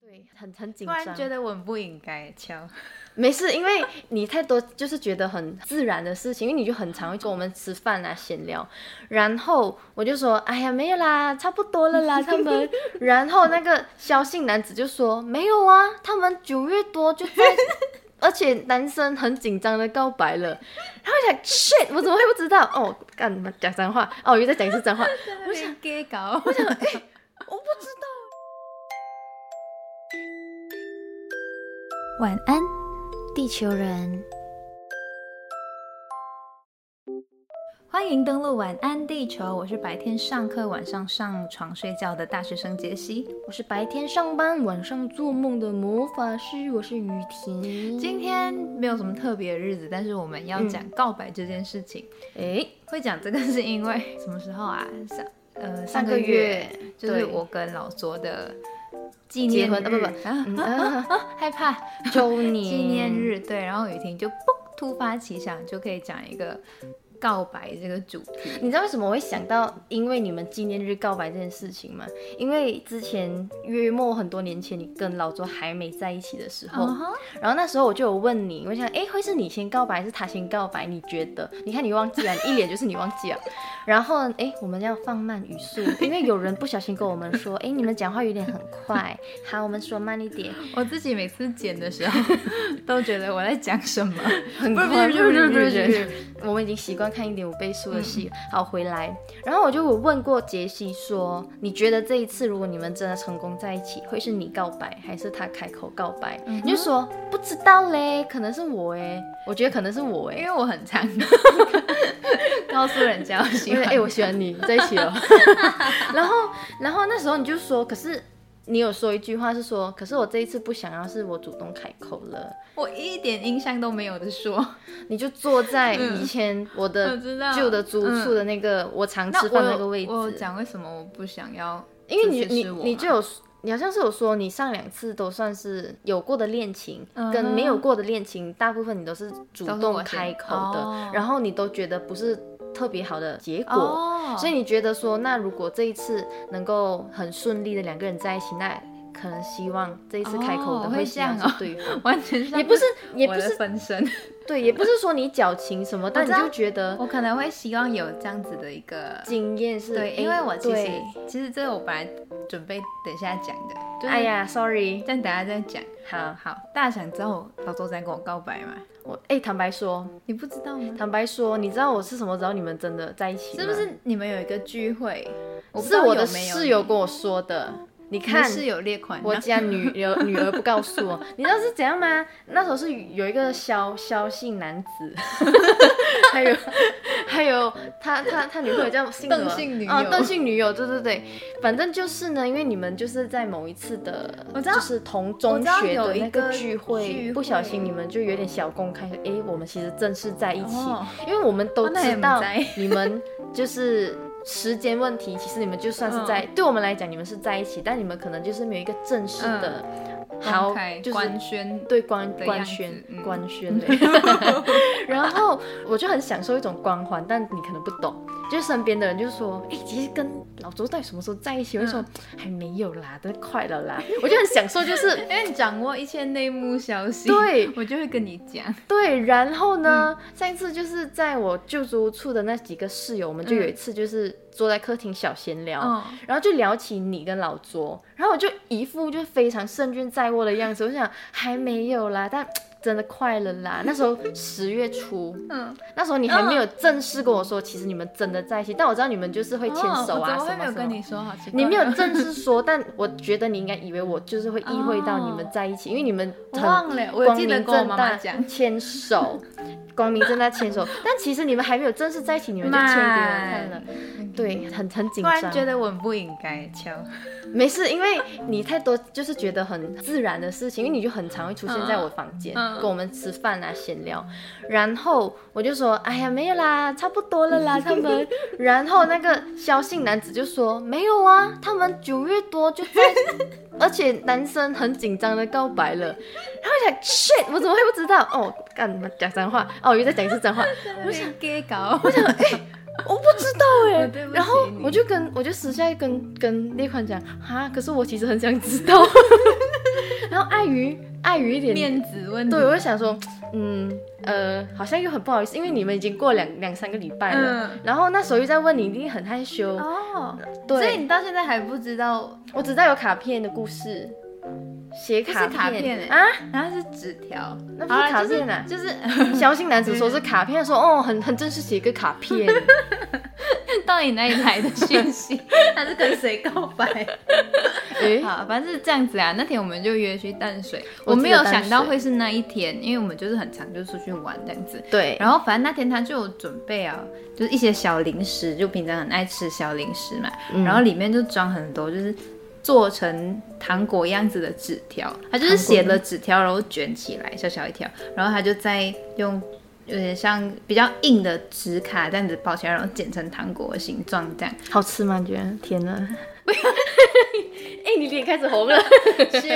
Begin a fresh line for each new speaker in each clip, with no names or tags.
对，很很紧
突然
张。
觉得我们不应该敲，
没事，因为你太多就是觉得很自然的事情，因为你就很常会跟我们吃饭啊闲聊，然后我就说哎呀没有啦，差不多了啦他们，然后那个萧姓男子就说没有啊，他们九月多就 在，而且男生很紧张的告白了，然后我想 shit 我怎么会不知道？哦，干嘛讲脏话？哦，我又在讲一次脏话，
我想给搞， 我想哎
我不知道。
晚安，地球人。
欢迎登录晚安地球，我是白天上课晚上上床睡觉的大学生杰西。
我是白天上班晚上做梦的魔法师，我是雨婷。
今天没有什么特别的日子，但是我们要讲告白这件事情。
诶。
会讲这个是因为什么时候啊？上呃
上
上
个
个
月
月就是
对
我跟老卓的纪
结
念
婚啊不不
日啊
嗯
啊
啊
啊害怕
周年
纪念，日对，然后雨婷就嘣突发奇想，就可以讲一个告白这个主题。
你知道为什么我会想到因为你们纪念日告白这件事情吗？因为之前约莫很多年前，你跟老周还没在一起的时候
嗯哼
然后那时候我就有问你，我想，哎，会是你先告白还是他先告白？你觉得？你看你忘记了，你一脸就是你忘记了。然后，哎，我们要放慢语速，因为有人不小心跟我们说，哎，你们讲话有点很快，好，我们说慢一点。
我自己每次剪的 时候都觉得我在讲什么，
很
不是
快，
不是不是不是不是
我们已经习惯看一点五倍速的戏。好，回来，然后我就有问过杰西说，你觉得这一次如果你们真的成功在一起，会是你告白还是他开口告白？你就说不知道嘞，可能是我哎，我觉得可能是我
因
哎。
为我 很常告诉人家我喜
因为
欢。
哎、我喜欢你，在一起 了。然后，然后那时候你就说，可是你有说一句话是说，可是我这一次不想要是我主动开口了，
我一点印象都没有的说。
你就坐在
嗯
以前我
我
的
知道嗯
旧的租处的那个我常吃饭
我
那
有
个位置，
我有讲为什么我不想要这
因为你
次
你
是我吗，
你就有你好像是有说你上两次都算是有过的恋情，
嗯
跟没有过的恋情，大部分你都是主
都是我
动
先
开口的，
哦
然后你都觉得不是特别好的结果。
哦，
所以你觉得说，那如果这一次能够很顺利的两个人在一起，那可能希望这一次开口的
哦会
希望
这样哦
是对 方，
完全像
也不是也
我
不
的
是
分身，
对，也不是说你矫情什么，但你
知道
就觉得
我可能会希望有这样子的一个
经验是
对，
诶
因为我其实
对
其实这个我本来准备等一下讲的，就是、
哎，呀，sorry，
但等一下再讲。
好，
好，大家想知道我老周在跟我告白吗？
我哎、坦白说，
你不知道吗？
坦白说，你知道我是什么时候你们真的在一起吗？
是不是你们有一个聚会？我不知
是
道
我的
有没有
室友跟我说的？你
你，你的
看，
室友列款啊，
我家女儿女儿不告诉我，你知道是怎样吗？那时候是有一个萧萧姓男子， 还有还有他他他女朋友叫姓什么
邓姓女友
哦，邓姓女友，对对对，反正就是呢，因为你们就是在某一次的，
我知道
就是同中学
我
的
知道有
那
一个
聚会，
聚会
不小心你们就有点小公开，哎，我们其实正式在一起，
哦
因为我们都
哦那也
知道
不 在
你们就是时间问题，其实你们
嗯
就算是在、对我们来讲，你们是在一起，但你们可能就是没有一个正式的、好
嗯公开，
就是
官宣
对官
的
官
样子
宣、
嗯
官 宣嘞。然后我就很享受一种光环，但你可能不懂，就是身边的人就说：“哎、其实跟老周到底什么时候在一起？”我就
嗯
说：“还没有啦，都快了啦。”我就很享受， 就是
因为你哎掌握一切内幕消息，
对
我就会跟你讲。
对，然后呢，
嗯
上一次就是在我旧租处的那几个室友，我们就有一次就是坐在客厅小闲聊，
嗯
然后就聊起你跟老卓，然后我就一副就非常胜券在握的样子，我想还没有啦，但真的快了 啦，那时候十月初，
嗯，
那时候你还没有正式跟我说，其实你们真的在一起，但我知道你们就是会牵手啊
哦
什
我怎么会
么什
没有
么。
跟你说？好奇怪哦，
你没有正式说， 但我觉得你应该以为我就是会意会到你们在一起，因为你们
我
很
忘了，我
光
记
明
得
正
跟我妈妈
大
讲。
牵手，光明正大牵手， 但其实你们还没有正式在一起，你们就牵给我看 了
慢，
对，很很紧
突然
张。
觉得我们不应该敲，
没事，因为你太多就是觉得很自然的事情，因为你就很常会出现在我房间，
嗯嗯
跟我们吃饭啊闲聊，然后我就说，哎呀没有啦，差不多了 啦，他们，然后那个萧姓男子就说，没有啊，他们九月多就在， 而且男生很紧张的告白了，然后我想 shit，我怎么会不知道？哦，干嘛讲脏话？哦，我又在讲一次脏话，
我想给搞，我想
我不知道哎、
我对不起
然后
你
我就 跟我就私下跟跟那款讲啊，可是我其实很想知道，碍于一点
面子问题。
对，我就想说，嗯，呃，好像又很不好意思，因为你们已经过两两三个礼拜了，
嗯
然后那时候又在问你，一定很害羞。
哦，所以
对，
你到现在还不知道，
我只知道有卡片的故事，写
不是
卡
卡片欸
啊，
然后是纸条，
那不
好啦
是卡片啊。
就是
小性男子说是卡片，说哦，很很正式写一个卡 片，
就是到底哪里来的讯 息？他是跟谁告白？
诶，
好，反正是这样子啊。那天我们就约去淡水，
我
我
记得
没有想
淡
到
水
会是那一天，因为我们就是很常就出去玩这样子。
对，
然后反正那天他就有准备啊，就是一些小零食，就平常很爱吃小零食嘛，
嗯
然后里面就装很多就是做成糖果样子的纸条，他就是写了纸条，然后卷起来小小一条，然后他就再用。有点像比较硬的纸卡这样子包起来，然后剪成糖果的形状 这样。
好吃吗？你觉得甜呢？ 哎，你脸开始红了，
修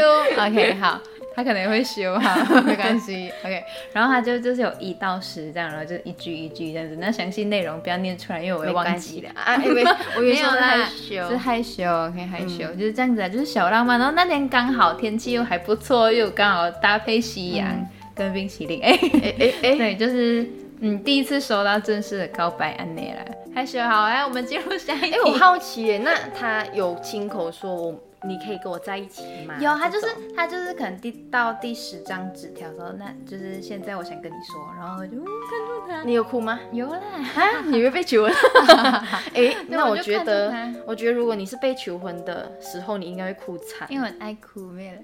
，OK，好，他可能会修，好， 没关系，OK。然后他就就是有一到十这样，然后就一句一句这样子。那详细内容不要念出来，因为我
没
会忘
关
记
系
了
的。啊，因 为我
没
原
有
说是害
啦，
羞
是，嗯害羞，OK，害羞、就是这样子啊，就是小浪漫。然后那天刚好天气又还不错，又刚好搭配夕阳跟冰淇淋，嗯哎、
哎哎哎，
对，就是嗯，第一次收到正式的告白安内了，害羞好，来我们进入下一题。
哎， 我好奇耶，那他有亲口说我你可以跟我在一起吗？
有，他就是
这种
他就是可能第到第十张纸条说，那就是现在我想跟你说，然后我就、嗯、看住他，
你有哭 吗？
有啦，
啊，你会被 求婚？ 哎，那
我
我
就
觉
看着
得
他，
我觉得如果你是被求婚的时候，你应该会哭惨。
因为我很爱哭，没有啦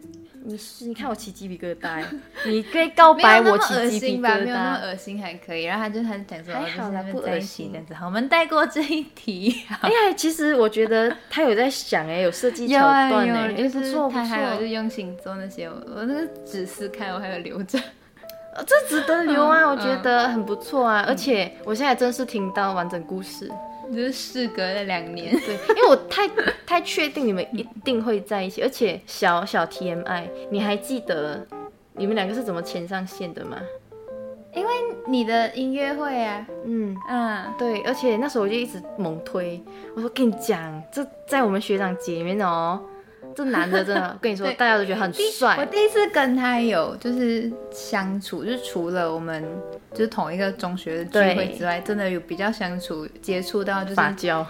你是你看我起鸡皮疙瘩，你可以告
没有
白
那
我
么恶
起鸡皮
心吧，没
疙
有那么
瘩。
恶心还可以。然后他就他就讲说，
还好啦
哦就是
不恶
在一起
心
这样子。好，我们带过这一题。啊
哎呀，其实我觉得他有在想哎，有设计桥
啊
段哎，哎
就
不
是
错不
他还有就
错
是，用心做那些，我我那个纸撕开我还有留着。
呃这值得留啊，
嗯
我觉得很不错啊，而且我现在真是听到完整故事，
就是事隔了两年，
对，因为我太 太确定你们一定会在一起，而且小小 TMI，你还记得你们两个是怎么牵上线的吗？
因为你的音乐会啊，
嗯，
嗯，
对，而且那时候我就一直猛推，我说跟你讲，这在我们学长姐里面哦，这男的真 的，我跟你说，
对
大家都觉得很
我
帅，
第一次跟他有就是相处，就是除了我们就是同一个中学的聚会
对
之外，真的有比较相处接触到 就是
发胶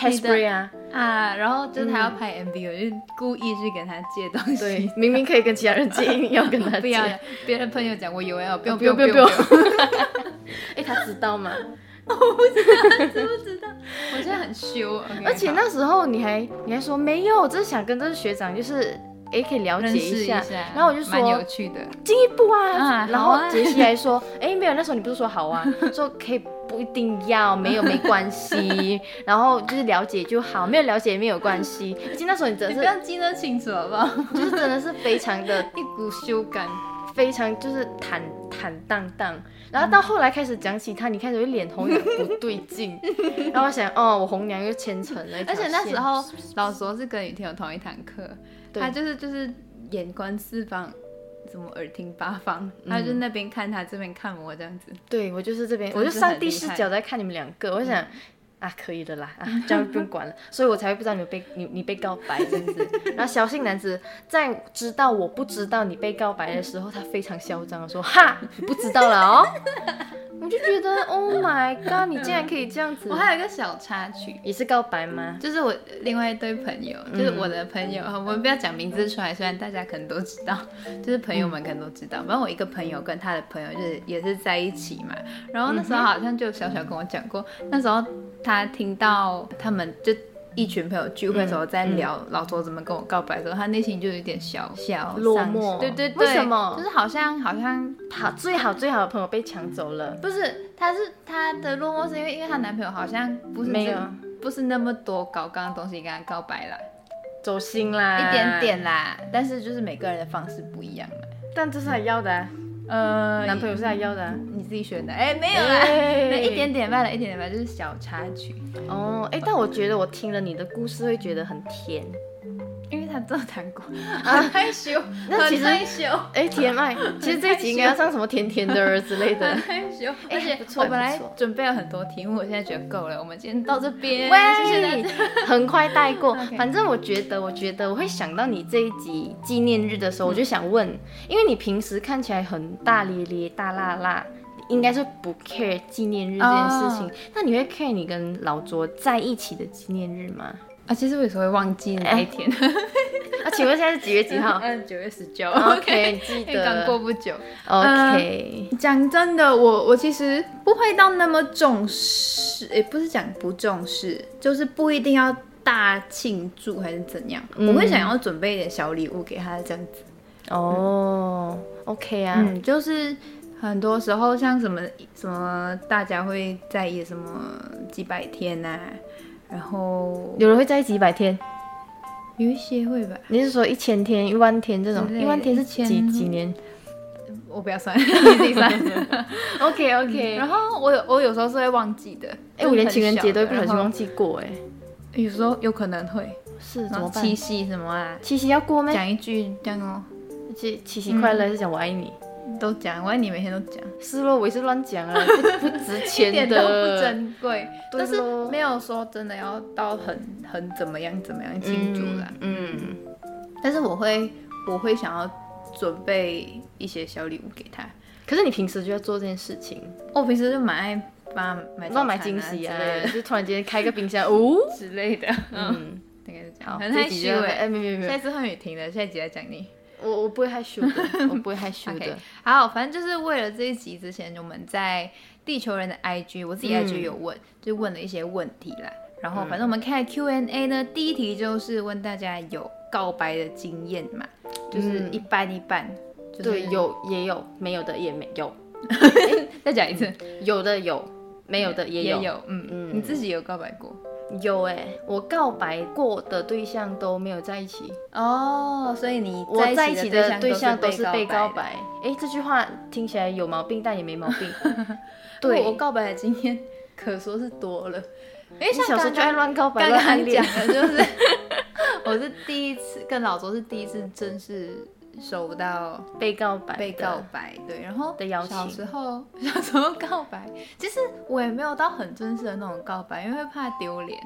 ，hairspray 啊，
啊，然后就是他要拍 MV，、我就故意去跟他借东
嗯对
西，，
明明可以跟其他人借，硬要跟 他
不
借，
要
哎、
别的朋友讲我有要，不用
不用
不用
不用
不 用，
哎他知道吗？
知不知道？我现在很羞，OK，
而且
好
那时候你还你还说没有，我只是想跟这个学长就是。哎，可以了
认
解
识
一
一
下，
下，
然后我就说
蛮有趣的，
进一步啊。
啊
然
好
后
啊
杰西还说，哎、没有，那时候你不是说好啊， 说可以不一定要，没有没关 系，然后就是了解就好，没有了解也没有关系。而且那时候你真
你
的是
不要记得清楚好 不好？
就是真的是非常的
一股羞感，
非常就是坦坦荡荡，然后到后来开始讲起他，你开始会脸红，有点不对 劲。然后我想，哦，我红娘又牵成了一条
而且那时
线
候老说是跟雨婷有同一堂课，
对
他就是就是眼观四方，什么耳听八方，他就那边看他，这边看我这样子。
对我嗯就是这边，
真
我就是上
很
帝
厉
视
害嗯
角在看你们两个，我想。啊，可以的啦，啊，这样不用管了，所以我才会不知道你被你你被告白这样子。然后小性男子在知道我不知道你被告白的时候，他非常嚣张的说：“哈，你不知道了哦。”我就觉得，Oh my god，你竟然可以这样子
我，还有一个小插曲。
也是告白吗？
就是我另外一对朋友，就是我的朋友，我们不要讲名字出来，虽然大家可能都知道， 就是朋友们可能都知道。反正我一个朋友跟他的朋友就是也是在一起嘛，然后那时候好像就小小跟我讲过，那时候他听到他们就。一群朋友聚会的时候，在聊老周怎么跟我告白的时候，他内心就有点小小
落
丧
寞
对对对，
为什么
就是好像好像
好，最好最好的朋友被抢走了，
不是，她是她的落寞是因为因为她男朋友好像不是
没有
真不是那么多搞刚的东西跟她告白啦，
走心啦，
一点，点啦，但是就是每个人的方式不一样嘛。
但这是他要的、啊，
呃
男朋友是他要的、啊。
你自己选的，哎、没有啦，
哎
那一点点罢了，一点点罢了，就是小插曲，
哦，哎，但我觉得我听了你的故事会觉得很甜。
因为她他都谈过， 很害羞，
那其
很
实
害羞，
哎，TMI，其实这一集应该要上什么甜甜的儿之类的
很。害羞。
哎
而且
不错
我本来
不错
准备了很多题目，我现在觉得够了，我们今天到这边，谢谢大
喂
家。，
很快带过
OK。
反正我觉得，我觉得我会想到你这一集纪念日的时
嗯
候，我就想问，因为你平时看起来很大咧咧、大辣辣，应该是不 care 纪念日这件事情
哦。
那你会 care 你跟老卓在一起的纪念日吗？
啊，其实我有时候会忘记那一天，
啊，请问现在是几月几号
哎嗯，九月十 九
OK，记得
刚过不久。呃
？OK，
讲真的，我我其实不会到那么重视，也不是讲不重视，就是不一定要大庆祝还是怎样，
嗯
我会想要准备一点小礼物给他这样子。
哦，OK 啊，
嗯，就是很多时候像什么什么大家会在意什么几百天呐、然后
有人会在一起一百天。
有一些会吧，
你是说一千天、一万天这种
之？类的
一万天是几
1000
几年
我不要算，你自己 算。
？OK OK
然后我有我有时候是会忘记的，
嗯哎，我连情人节都会不小
能
心忘记过，哎，
有时候有可能会，
是怎
然
么
后
办？
七夕什么啊，
七夕要过咩？
讲一句这样哦，
七七夕快乐还是讲我爱你？
都讲，我爱你每天都讲，
嗯是咯，我也是乱讲 啊，不不值
一点
钱
都
的。
不珍贵，
对
但是
咯
没有说真的要到很很怎么样怎么样庆祝啦，
嗯，
但是我会我会想要准备一些小礼物给他，
可是你平时就要做这件事情，
我哦平时就蛮爱帮他买早餐
乱买惊喜
啊
啊
之类，
就突然间开个冰箱， 哦，
的之类的，嗯，
嗯，
大概是这
好，
样，很
这
害
一集
羞
就要
哎
哎，。没没没
下一
没，
次换雨婷的，下一集再讲你。
我我不会害羞的， 我不会害羞
OK，
的。
好，反正就是为了这一集之前，我们在地球人的 IG，我自己
嗯
IG 有问，就问了一些问题啦。然后，反正我们看 Q&A 呢，第一题就是问大家有告白的经验嘛，就是
嗯
一般一般，就是
对，有也有，没有的也没有，
再讲一次，
有的有，没有的也
也
有。
有，嗯
嗯
嗯，你自己有告白过
有哎、我告白过的对象都没有在一起，
哦，所以你
我在一起的对象都是被告
告
白。哎、这句话听起来有毛病，但也没毛 病。
对，
对，
我告白的经验 可说是多了，因为
你小时候就爱乱告白、
刚
乱暗
刚
恋
讲。的就是，我是第一次跟老周是第一次正式收到
被告白的，
被告白，对，然后
的邀请
小时候小时候告白，其实我也没有到很正式的那种告白，因为怕丢脸。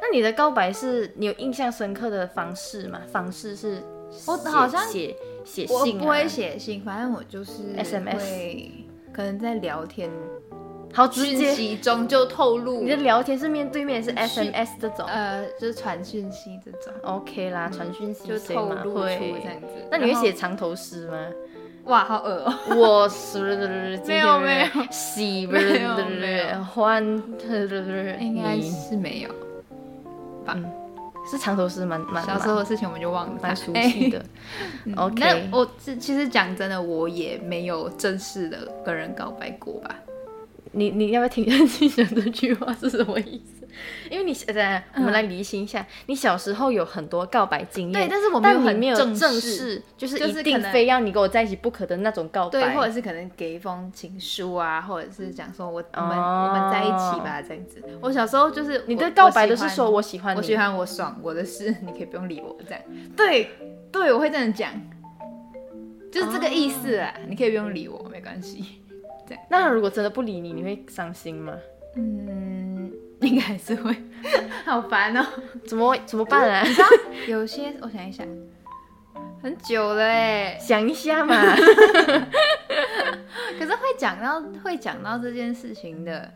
那你的告白是你有印象深刻的方式吗？方式是
我
写
好像
写写
我
信、啊，
不会，写信，反正我就是
SMS
会可能在聊天
好直
讯
接。
息中就透露
你的聊天是面对面，是
讯
SMS 这种、
呃，就是传讯息这种，
o k 啦，传讯息
就
谁
透
嘛
露出
会
这样子。
那你会
然后
写长头诗吗？
哇，好恶哦。
我是
没有没有
喜不
没有没有
欢
应该
你
是没有。
是长头诗蛮蛮
小时候的事情我们就忘了它，
蛮熟悉 的。
嗯
OK
那我其其实讲真的，我也没有正式的跟人告白过吧。
你你要不要听一下记者这句话是什么意思？因为你等下我们来厘清一下，你小时候有很多告白经验，
对但是我没有
但你
很
没有
正
正
式
式，就是
就是
一
可
定
能
非要你跟我在一起不可的那种告白，
对，或者是可能给一封情书啊，或者是讲说我我们、
哦
我们在一起吧这样子。我小时候就是
你
我
的告白都是
喜欢
说我喜欢你，
我喜欢我爽我的事， 你可以不用理我这样。对对，我会这样讲，就是这个意思
哦
啊，你可以不用理我，没关系。
那如果真的不理你，你会伤心吗？
嗯， 应该还是会， 好烦哦。
怎么怎么办啊？
有些我想一想，很久了哎，
想一下嘛。
可是会讲到会讲到这件事情的，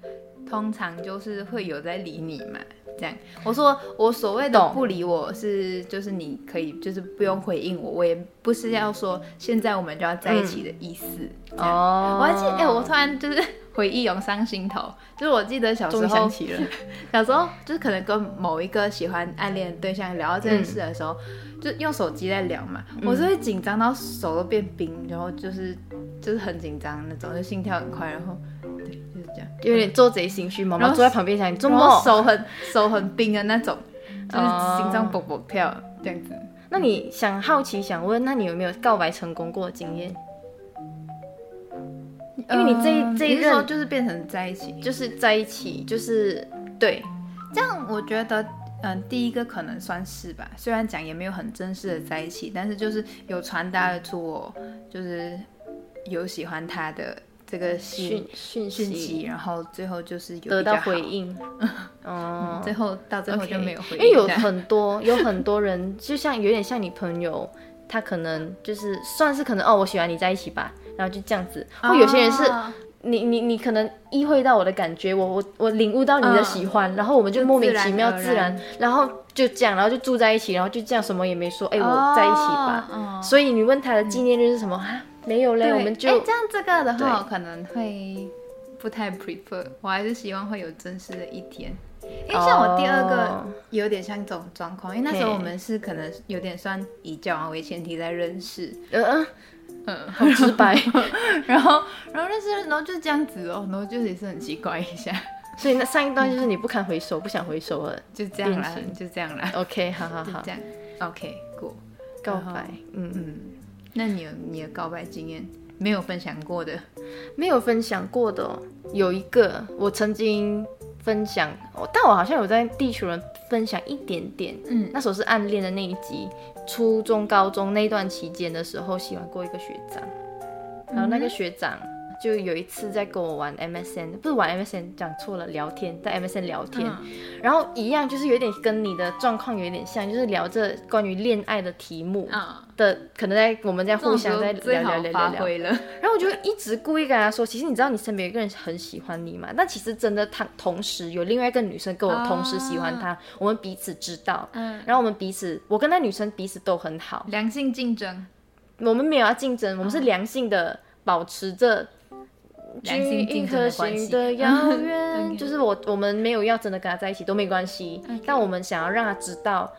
通常就是会有在理你嘛。这样，我说我所谓的
懂
不理我是，就是你可以就是不用回应我，我也不是要说现在我们就要在一起的意思。这样
哦
我还记得，哎、我突然就是 回忆涌上心头，就是我记得小时
终于
候
想起了，
小时候就是可能跟某一个喜欢暗恋的对象聊到这件事的时候，就用手机在聊嘛，
嗯
我是会紧张到手都变冰，然后就是就是很紧张那种，就心跳很快，然后对就是这样，
有点做贼心虚。妈妈
然后
坐在旁边想，你做
然后
梦。
手很手很冰的那种，就是
哦
心脏蹦蹦跳这样子。
那你想好奇想问，那你有没有告白成功过的经验？因为你这一
嗯
这一
你是说
任
就是变成在一起，
就是在一起，就是对，
这样我觉得嗯，第一个可能算是吧，虽然讲也没有很正式的在一起，但是就是有传达得出我就是有喜欢他的这个
讯讯
信讯息，
息
然后最后就是有
得
比较
到
好
回， 应，哦，
最后到最后
OK
就没有回应
因为有
这样
很多有很多人，就像有点像你朋友，他可能就是算是可能哦，我喜欢你在一起吧，然后就这样子。或有些人是、
啊
你你你可能意会到我的感觉，我我我领悟到你的喜欢，然后我们就
嗯就
莫名
自然
其妙
而
自然，
然
后就这样，然后就住在一起，然后就这样什么也没说，哎、我在一起吧。
哦哦
所以你问他的纪念日是什么啊？没有嘞，
嗯对
我们就
哎这样这个的话，我可能会不太 prefer，我还是希望会有正式的一天。因为像我第二
哦
个有点像这种状况，因为那时候
嘿
我们是可能有点算以交往为前提在认识，
嗯嗯，
嗯，
好直白。
然后然后认识，然后就这样子哦，然后就也是很奇怪一下，
所以那上一段就是你不堪回首，不想回首了。
就这样啦
恋情，
就这样啦，
OK，好好
就
好
这，样，OK 过。
告
然后
白，嗯嗯。
嗯，那你有你的告白经验没有分享过的？
没有分享过的哦、有一个我曾经分享，哦但我好像有在地球人分享一点点。
嗯
那时候是暗恋的那一集，初中、高中那一段期间的时候，喜欢过一个学长，然后那个学长。就有一次在跟我玩 MSN，不是玩 MSN，讲错了，聊天，在 MSN 聊天，然后一样就是有点跟你的状况有点像，就是聊着关于恋爱的题目
啊，
的，可能在我们在
这种
互相在
时候最
聊聊
好
聊聊
发
聊，
挥了。
然后我就一直故意跟他说，其实你知道你身边有一个人很喜欢你嘛，但其实真的他同时有另外一个女生跟我同时喜欢他，
啊
我们彼此知道，
嗯
然后我们彼此，我跟那女生彼此都很好，
良性竞争，
我们没有要竞争，我们是良性的，保持着。
良性竞争
颗
的关
星
系
的遥远，
OK
就是我我们没有要真的跟他在一起都没关系
OK
但我们想要让他知道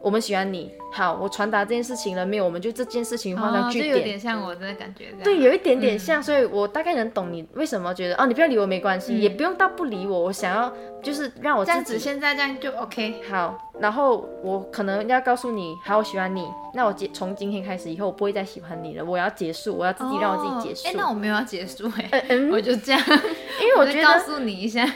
我们喜欢你。好，我传达这件事情了没有？我们就这件事情画上
哦，
句
就
点。
有点嗯像我的感觉这样。
对，有一点点像，所以我大概能懂你为什么觉得哦，你不要理我没关
嗯
系，也不用到不理我，我想要就是让我
这样
自
子
己
现在这样就 OK。
好，然后我可能要告诉你，好，我喜欢你，那我结从今天开始以后，我不会再喜欢你了，我要结束，我要自己让我自己结
哎，
束。
那我没有要结束哎，
嗯嗯，
我就这样，
因为我
我
觉
就告
得
诉你一下，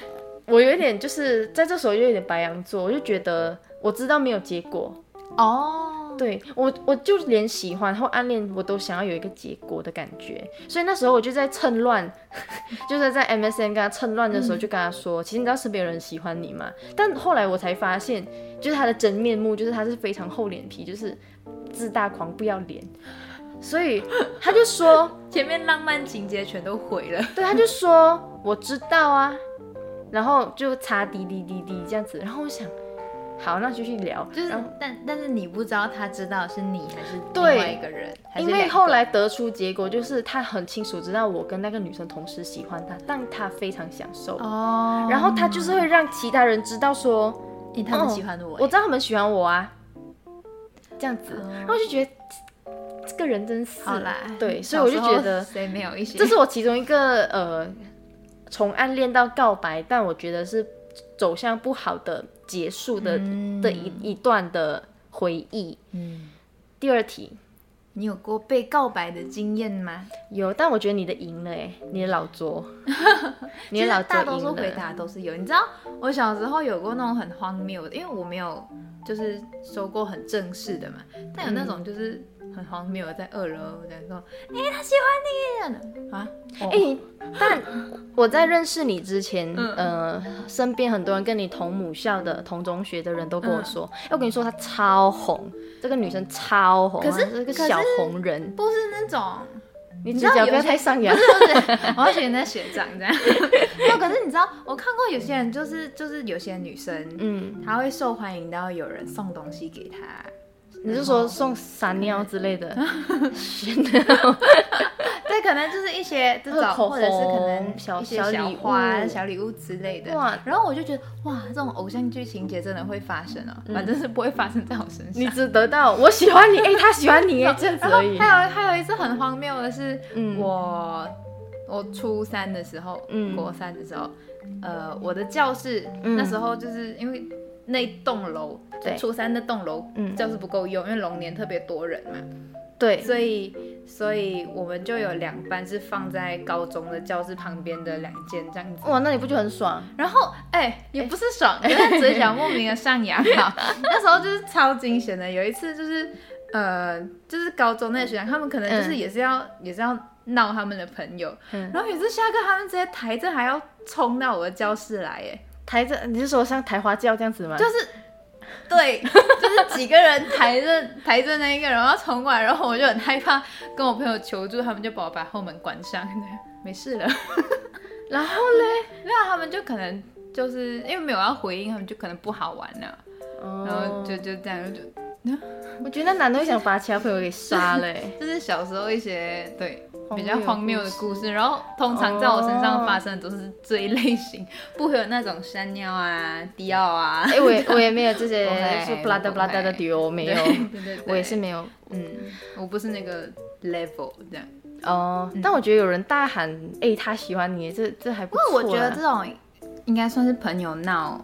我有一点就是在这时候就有点白羊座，我就觉得我知道没有结果，
哦，
对我，我就连喜欢或暗恋，我都想要有一个结果的感觉。所以那时候我就在趁乱， 就是在 MSN 跟他趁乱的时候，
嗯
就跟他说，其实你知道身边有人喜欢你嘛。但后来我才发现，就是他的真面目，就是他是非常厚脸皮，就是自大狂不要脸。所以他就说，
前面浪漫情节全都毁了，
对，他就说我知道啊，然后就擦滴滴滴滴这样子。然后我想，好，那继续聊，
就是
然后
但但是你不知道他知道是你还是另
对
外一个人，还是
因为
两个
后来得出结果就是他很清楚知道我跟那个女生同时喜欢他，但他非常享受。
哦，
然后他就是会让其他人知道说，
诶他们
哦
喜欢嗯我
我
诶，
知道他们喜欢我啊，这样子，
哦
然后我就觉得这个人真是
好啦，
对，所以我就觉
小时
得
候谁没有一些，
这是我其中一个呃，从暗恋到告白，但我觉得是走向不好的结束的、
嗯
的一一段的回忆。
嗯，
第二题
你有过被告白的经验吗？
有，但我觉得你的赢了哎，你的老 卓，你的
其实
老卓
大多
赢
数回
了。
答都是有。你知道我小时候有过那种很荒谬的，因为我没有就是收过很正式的嘛，但有那
嗯
种就是很荒谬的，在二楼在说，哎、他喜欢你啊，
哎、
哎、
但我在认识你之前，
嗯
呃，身边很多人跟你同母校的、同中学的人都
嗯
跟我说，哎我跟你说她超红，这个女生超红啊、
可是
这个
可是
小红人，
不是那种。
你指
你知道
甲不
有
要
些
太上 扬。
我要选那学长这样， 没有。可是你知道，我看过有些人，就是就是有些女生，
嗯，
她会受欢迎到有人送东西给她，
你是
哦
说送散尿之类 的？
对，可能就是一些这
或者
种，
口
或者是可能
红小
一些
小
小
礼
花、
物
小礼物之类的。
哇
然后我就觉得，哇，这种偶像剧情节真的会发生哦，反正是不会发生在我身
你
上。
只得到我喜欢你，哎、他喜欢 你，哎，这样子
然后
而已。
还有还有一次很荒谬的是，
嗯
我我初三的时候，
嗯
国三的时候，呃，我的教室、
嗯
那时候就是因为那一栋楼，就
对
初三那栋楼
嗯
教室不够用，因为龙年特别多人嘛，
对，
所以所以我们就有两班是放在高中的教室旁边的两间这样子。
哇，那你不就很爽？
然后，哎、也不是 爽，就是嘴角莫名的上扬啊。那时候就是超惊险的。有一次就是，呃，就是高中那个学长，他们可能就是
嗯
也是要、也是要闹他们的朋友，
嗯
然后有一次下课，他们直接抬着还要冲到我的教室来，哎，
抬着，你是说像抬花轿这样子吗？
就是。对，就是几个人抬着抬着那一个，然后冲过来，然后我就很害怕，跟我朋友求助，他们就帮我把后门关上，没事了。
然后嘞，
没有，他们就可能就是因为没有要回应，他们就可能不好玩了。然后
哦，
就就这样，就
我觉得那男的会想把其他朋友给杀了欸。
就是小时候一些对
荒
比
谬
较荒谬的故事，然后通常在我身
哦
上发生的都是这一类型，不会有那种山尿啊、迪奥啊，
哎、我也我也没有这
不
些
会
是布拉德布拉德的旅游没有，
对对对
我也是没有，嗯，
我不是那个 level 这样。
哦，
嗯
但我觉得有人大喊“哎、他喜欢你”，这这还不
不
错
过
啊。
我觉得这种应该算是朋友闹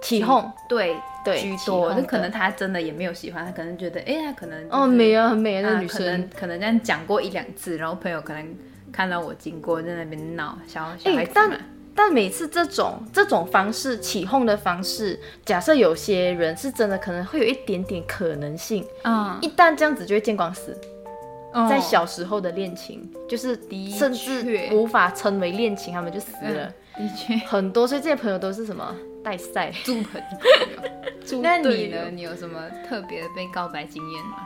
起哄，
对
对
居
起
多，
哄
就
的
可能他真的也没有喜欢，他可能觉得哎，他可能
哦，美
有。
啊，很美啊，那
啊
个女
可能
生。
可能这样讲过一两次，然后朋友可能看到我经过在那边闹，小小
哎
孩子
但
嘛
但每次这种这种方式起哄的方式，假设有些人是真的可能会有一点点可能性，
嗯
一旦这样子就会见光死。
哦
在小时候的恋情，就是
的
甚
确
至无法称为恋情，他们就死了。
的确
很多，所以这些朋友都是什么带赛。
猪朋友
那
那你
你
呢？
呢
你有什么特别被告白经验吗？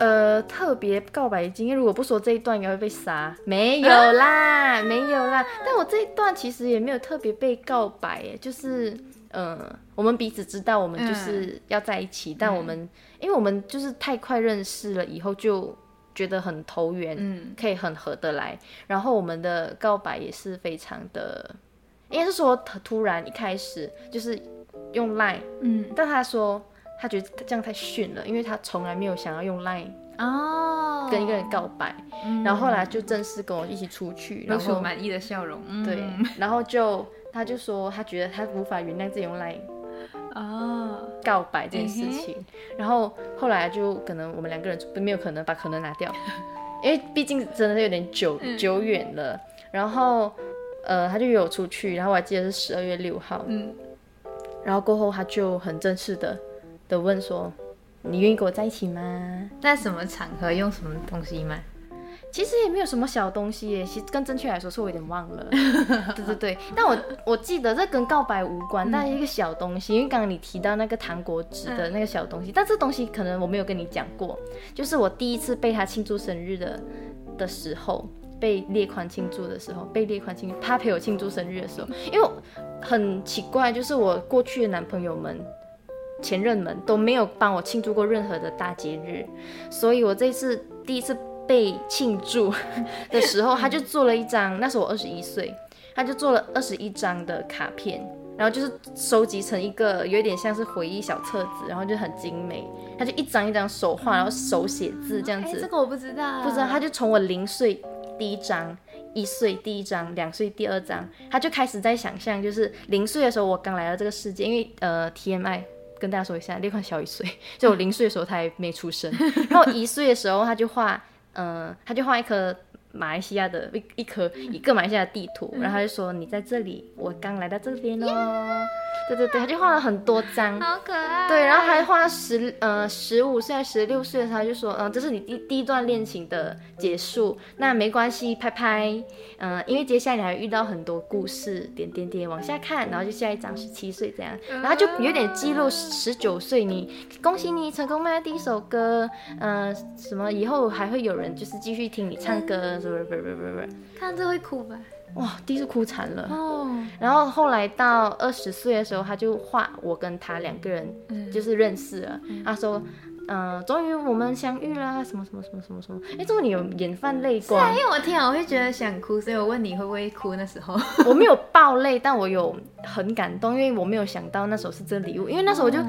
呃，特别告白经验，如果不说这一段，应该会被杀。没有啦，没有啦。但我这一段其实也没有特别被告白，耶，就是，呃，我们彼此知道我们就是要在一起，但我们因为我们就是太快认识了，以后就觉得很投缘，
嗯
可以很合得来。然后我们的告白也是非常的，应该是说突突然一开始就是用 line，
嗯
但他说他觉得这样太逊了，因为他从来没有想要用 line。
哦
跟一个人告白，然后后来就正式跟我一起出去，
露
然
出
后
满意的笑容，嗯
对，然后就他就说他觉得他无法原谅自己用来
哦，
告白这件事情，然后后来就可能我们两个人就没有可能把可能拿掉，因为毕竟真的是有点久、久远了，然后。呃，他就约我出去，然后我还记得是十二月六号，
嗯
然后过后他就很正式的的问说，你愿意跟我在一起吗？
在什么场合用什么东西吗？
其实也没有什么小东西耶，其实更正确来说是我有点忘了。 对对对，但我我记得这跟告白无关，但是一个小东西，因为刚刚你提到那个糖果纸的那个小东西，但这东西可能我没有跟你讲过，就是我第一次被他庆祝生日的的时候，被列宽庆祝的时候，被列宽庆祝，他陪我庆祝生日的时候，因为我很奇怪，就是我过去的男朋友们。前任们都没有帮我庆祝过任何的大节日，所以我这次第一次被庆祝 的时候，他就做了一张，那时候我二十一岁，他就做了二十一张的卡片，然后就是收集成一个有点像是回忆小册子，然后就很精美，他就一张一张手画，然后手写字这样
哎
子，
这个我不知道，
不知道，他就从我零岁第一章。一岁第一章，两岁第二章，他就开始在想象，就是零岁的时候，我刚来到这个世界，因为呃 TMI 跟大家说一下，六宽小一岁，就我零岁的时候他还没出生，然后一岁的时候他就画，呃，他就画一颗马来西亚的一一颗一个马来西亚的地图，然后他就说你在这里，我刚来到这边咯，对对对，他就画了很多张，
好可爱，
对，然后还花十呃十五岁、十六岁的时候，他就说，嗯、这是你第第一段恋情的结束，那没关系，拍拍，嗯、因为接下来你还遇到很多故事，点点点往下看，然后就下一章十七岁这样，然后就有点记录十九岁你，恭喜你成功卖了第一首歌，嗯、什么以后还会有人就是继续听你唱歌，什么不不不
看这会哭吧？
不，哇，第一次哭惨了。
哦，
然后后来到二十岁的时候，他就画我跟他两个人
嗯
就是认识了。他说，嗯、终于我们相遇啦，什么什么什么什么什么。哎，这么你有眼泛泪光
啊因？为我听了我会觉得想哭，所以我问你会不会哭那时候。
我没有爆泪，但我有很感动，因为我没有想到那时候是这礼物，因为那时候我就。
哦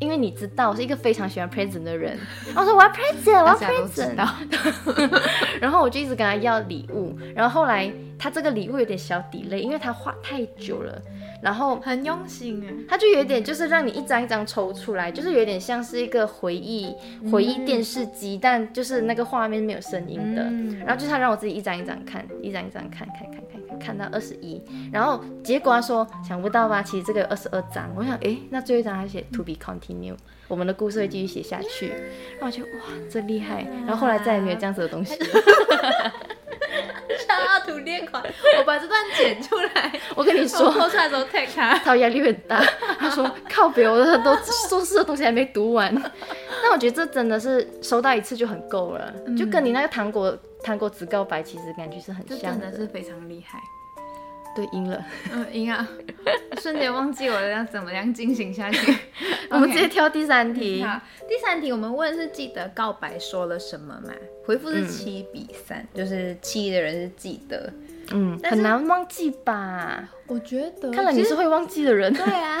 因为你知道，我是一个非常喜欢 present 的人，然后我说我要 present，我要
大家都知
present，
道，
然后我就一直跟他要礼物，然后后来他这个礼物有点小抵累，因为他画太久了，然后
很用心
啊
哎。
他就有点就是让你一张一张抽出来，就是有点像是一个回忆回忆电视机，但就是那个画面没有声音的。
嗯
然后就是他让我自己一张一张看，一张一张看，看看看看看到二十一，然后结果他说想不到吧，其实这个有二十二章，我想诶，那最后一章他写 to be continue，我们的故事会继续写下去，然后我觉得哇，真厉害，然后后来再也没有这样子的东西，
大土恋款，我把这段剪出来，
我跟你
我
说。
播出来的时候 tag 他。
他压力很大， 他说靠北，我的都硕士的东西还没读完。 但我觉得这真的是收到一次就很够了，
嗯
就跟你那个糖果糖果纸告白其实感觉是很
这
像
真的是非常厉害，
对赢了。
嗯，赢啊！瞬间忘记我要怎么样进行下去。
我们直接挑第三题。
好，第三题我们问是记得告白说了什么嘛？回复是七比三、就是七的人是记得。
嗯，
是
很难忘记吧？
我觉得，
看来 你是会忘记的人。
对啊，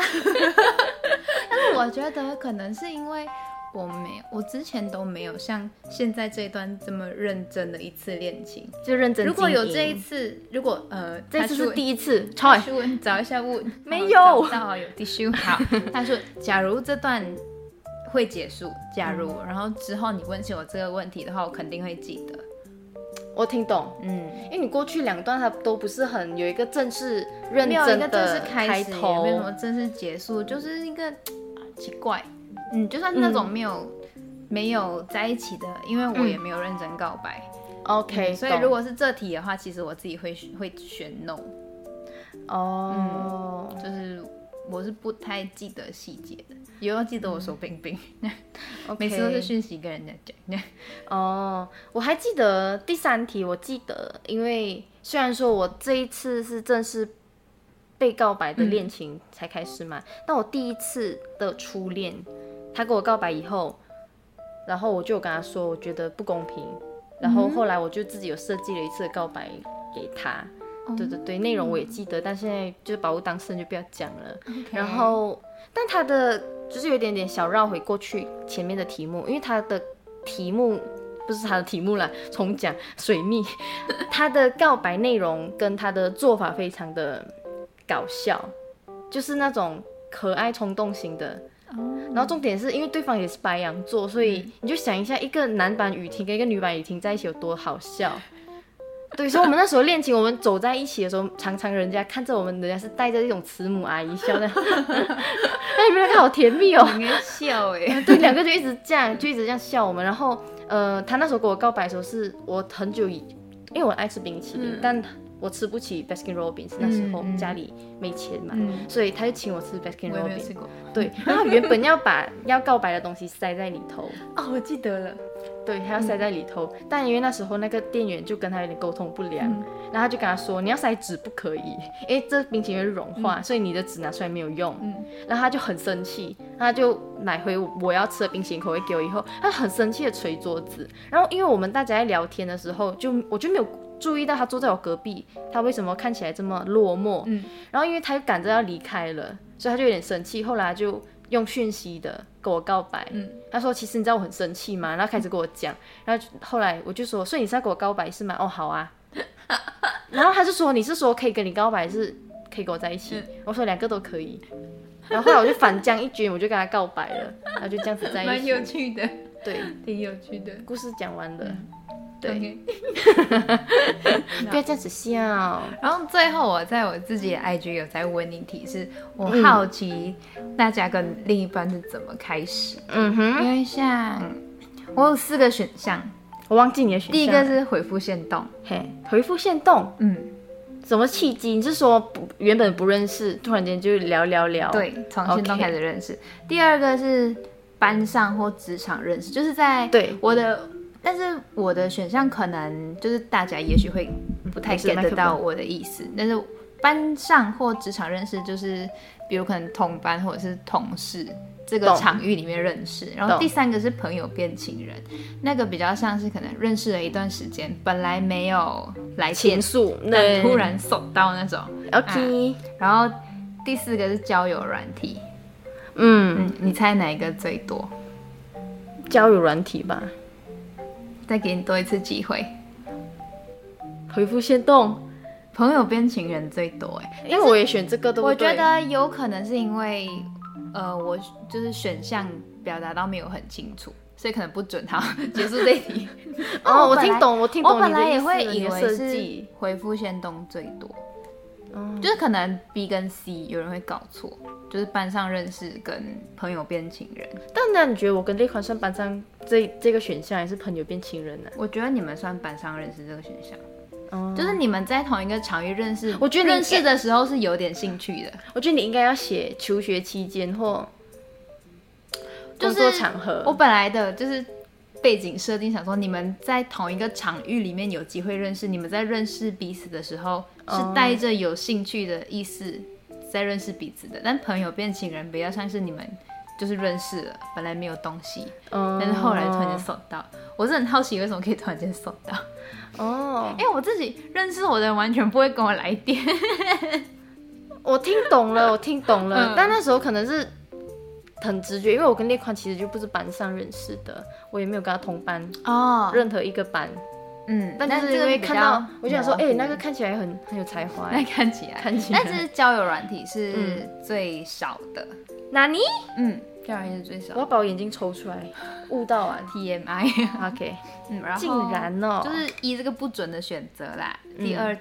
但是我觉得可能是因为我没有，我之前都没有像现在这一段这么认真的一次恋情。
就认真经营。
如果有这一次，如果呃，
这一次是
一。
第一次
大
try，
叔，你找一 下问，
没
哦
有
找不到哦有 t i 好，他说，假如这段会结束，假如，
嗯
然后之后你问起我这个问题的话，我肯定会记得。
我听懂。
嗯，
因为你过去两段它都不是很有一个正式认
没有一
真
个正式
的
开始，也
头
没有什，么正式结束，就是一个啊奇怪。嗯，就算那种没有、没有在一起的，因为我也没有认真告白，
OK，
嗯所以
懂
如果是这题的话，其实我自己会会选 no，
哦，
就是我是不太记得细节的。有要记得我手冰冰。
嗯 OK
每次都是讯息跟人家讲。
哦，我还记得第三题，我记得，因为虽然说我这一次是正式被告白的恋情才开始嘛，但我第一次的初恋，他跟我告白以后，然后我就有跟他说，我觉得不公平，然后后来我就自己有设计了一次的告白给他。对对对，内容我也记得，但现在就是把我当事人就不要讲了。然后，但他的就是有点点小绕回过去前面的题目，因为他的题目不是他的题目啦，重讲水蜜，他的告白内容跟他的做法非常的搞笑，就是那种可爱冲动型的。然后重点是因为对方也是白羊座，所以你就想一下，一个男版雨婷跟一个女版雨婷在一起有多好笑。对，所以我们那时候恋情，我们走在一起的时候，常常人家看着我们，人家是带着一种慈母阿姨笑的， 哎，你们两个好甜蜜哦。
很爱笑哎，
对，两个就一直这样，就一直这样笑我们。然后，呃，他那时候跟我告白的时候，是我很久以，因为我很爱吃冰淇淋，但我吃不起 Baskin Robbins，那时候
嗯嗯嗯
家里没钱嘛，
嗯
所以他就请我吃 Baskin
我也没有
Robbins
吃。过。
对，然后原本要把要告白的东西塞在里头，
哦，我记得了，
对，还要塞在里头。但因为那时候那个店员就跟他有点沟通不良，然后他就跟他说：“你要塞纸不可以，因为这冰淇淋会融化，所以你的纸拿出来没有用。然后他就很生气，他就买回我要吃的冰淇淋口味给我以后，他很生气的捶桌子。然后因为我们大家在聊天的时候，就我就没有。注意到他坐在我隔壁，他为什么看起来这么落寞？
嗯
然后因为他又赶着要离开了，所以他就有点生气。后来他就用讯息的跟我告白，
嗯
他说其实你知道我很生气吗？然后开始跟我讲，然后就后来我就说，所以你是要跟我告白是吗？哦，好啊。 然后他就说你是说可以跟你告白还是可以跟我在一
嗯
起？我说两个都可以。然后后来我就反将一军，我就跟他告白了，然后就这样子在一
蛮
起。
有趣的，
对，
挺有趣的。
故事讲完了，
嗯
对
OK，
不要这样子笑。
然后最后我在我自己的
嗯
IG 有在问一题，是我好奇大家跟另一半是怎么开始，
嗯哼，
因为像我有四个选项，
我忘记你的选项。
第一个是回复线动，
嘿，回复线动，
嗯，
什么契机？你是说不原本不认识，突然间就聊聊聊？
对，从线
哦
动
OK
开始认识。第二个是班上或职场认识，就是在
对
我的，但是我的选项可能就是大家也许会不太
没事
get
麦
得
克
到
风
我的意思，但是班上或职场认识就是，比如可能同班或者是同事。这个
懂
场域里面认识，然后
懂
第三个是朋友变情人，那个比较像是可能认识了一段时间，本来没有来
情，
电
愫，
但
那
突然啊送到那种。
OK，、
然后第四个是交友软体，
嗯，
嗯，你猜哪一个最多？
交友软体吧，
再给你多一次机会，
回复线动，
朋友变情人最多哎、
因为我也选这个，对不
我
对？
觉得有可能是因为，呃，我就是选项表达到没有很清楚，所以可能不准。好， 结束这一题。
哦，我
本来
听懂，我听懂
我
你的
本来也
意思
会
你
以
的
为
设
是
计，
回复先动最多，
嗯
就是可能 B 跟 C 有人会搞错，就是班上认识跟朋友变情人。
但那你觉得我跟丽宽算班上这这个选项，还是朋友变情人呢、
我觉得你们算班上认识这个选项，
哦
就是你们在同一个场域认识，
我觉得你
认识的时候是有点兴趣的。
我觉得你应该要写求学期间或
就
工
是
作场合。
我本来的就是背景设定，想说你们在同一个场域里面有机会认识，你们在认识彼此的时候
哦
是带着有兴趣的意思在认识彼此的，但朋友变情人比较像是你们。就是认识了，本来没有东西，
嗯
但是后来突然间搜到，我是很好奇为什么可以突然间搜 到，
哦，
因为我自己认识我的人完全不会跟我来电，
我听懂了，我听懂了。
嗯
但那时候可能是很直觉，因为我跟那宽其实就不是班上认识的，我也没有跟他同班
哦，
任何一个班。
嗯，
但
这
就是因
个
为
比
看
较
到，我就想说，
模
哎、
糊
那个看起来很很有才华、
那
欸。
看起来，
看起来
但是交友软体是
嗯
最少的，
哪尼？
嗯，交友软体是最少
我要
的
把我眼睛抽出来，悟到完。
TMI，
OK，
嗯，然后嗯
竟然哦，
就是一这个不准的选择啦。第二，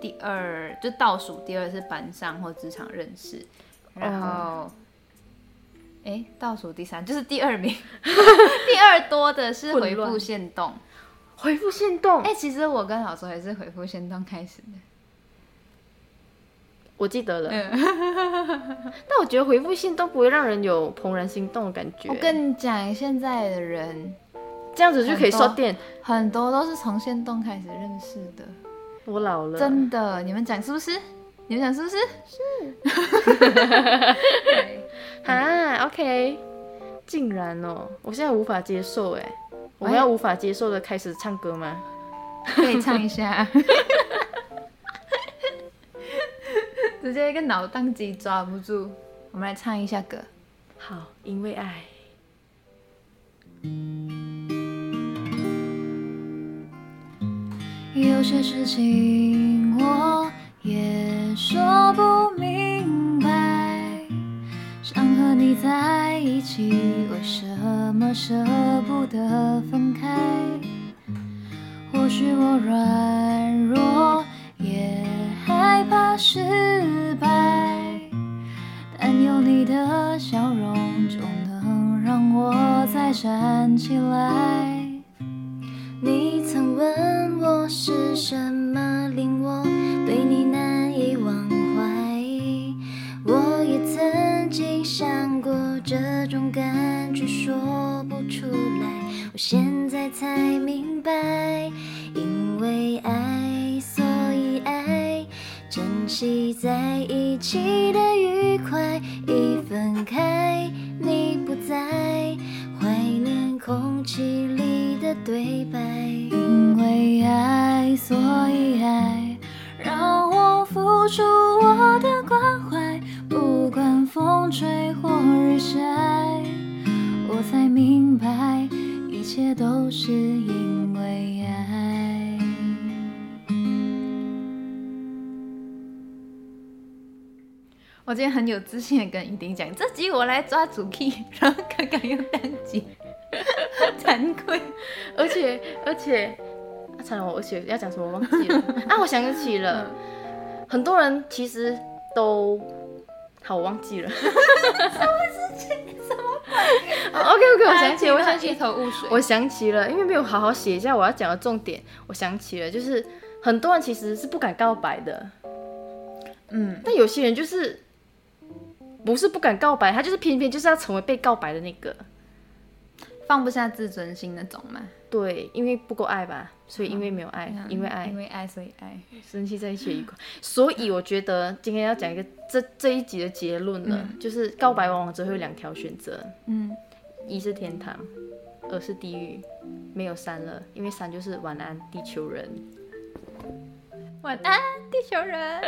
第二就倒数第二是班上或职场认识，然后，哎，倒数第三就是第二 名，第二多的是回
混乱
复线动。
回复线动。
哎，其实我跟老周也是回复线动开始的，
我记得了。
嗯
但我觉得回复线动不会让人有怦然心动的感觉。
我跟你讲，现在的人
这样子就可以
很多
刷电。
很多都是从线动开始认识的。
我老了，
真的，你们讲是不是？你们讲是不是？
啊，OK，竟然哦，我现在无法接受哎，我们
哎
要无法接受的开始唱歌吗？
可以唱一下， 直接一个脑宕机抓不住。我们来唱一下歌，
好，因为爱。
有些事情我也说不明白，想和你在一起，为什么舍不得分开？或许我软弱，也害怕失败，但有你的笑容，总能让我再站起来。你曾问我是什么令我对你难以忘怀，我也曾经想过这种感觉说不出来，我现在才明白，因为爱，所以爱，珍惜在一起的愉快，一分开你不在。怀念空气里的对白。因为爱，所以爱，让我付出我的关怀，不管风吹或日晒，我才明白，一切都是因为爱。
我今天很有自信的跟一丁讲，这集我来抓主 key，然 后刚刚又宕机， 惭愧。
而且而且，啊，惨了，我而且要讲什么我忘 记了啊，我想起了，很多人其实都，好，我忘记了， 什么事情？什么？OK 哦啊 OK，我想起，了，我想起
一，头雾水。
我想起了，因为没有好好写一下我要讲的重点，我想起了，就是很多人其实是不敢告白的，
嗯，
但有些人就是不是不敢告白，他就是偏偏就是要成为被告白的那个，
放不下自尊心那种嘛，
对，因为不够爱吧，所以因为没有爱，
嗯
因为爱
因。为爱，所以爱。
生气在一起的愉快。所以我觉得今天要讲一个这这一集的结论了，就是告白往往只会有两条选择，
嗯，
一是天堂，二是地狱。没有三了，因为三就是晚安地球人。
嗯晚安，地球人。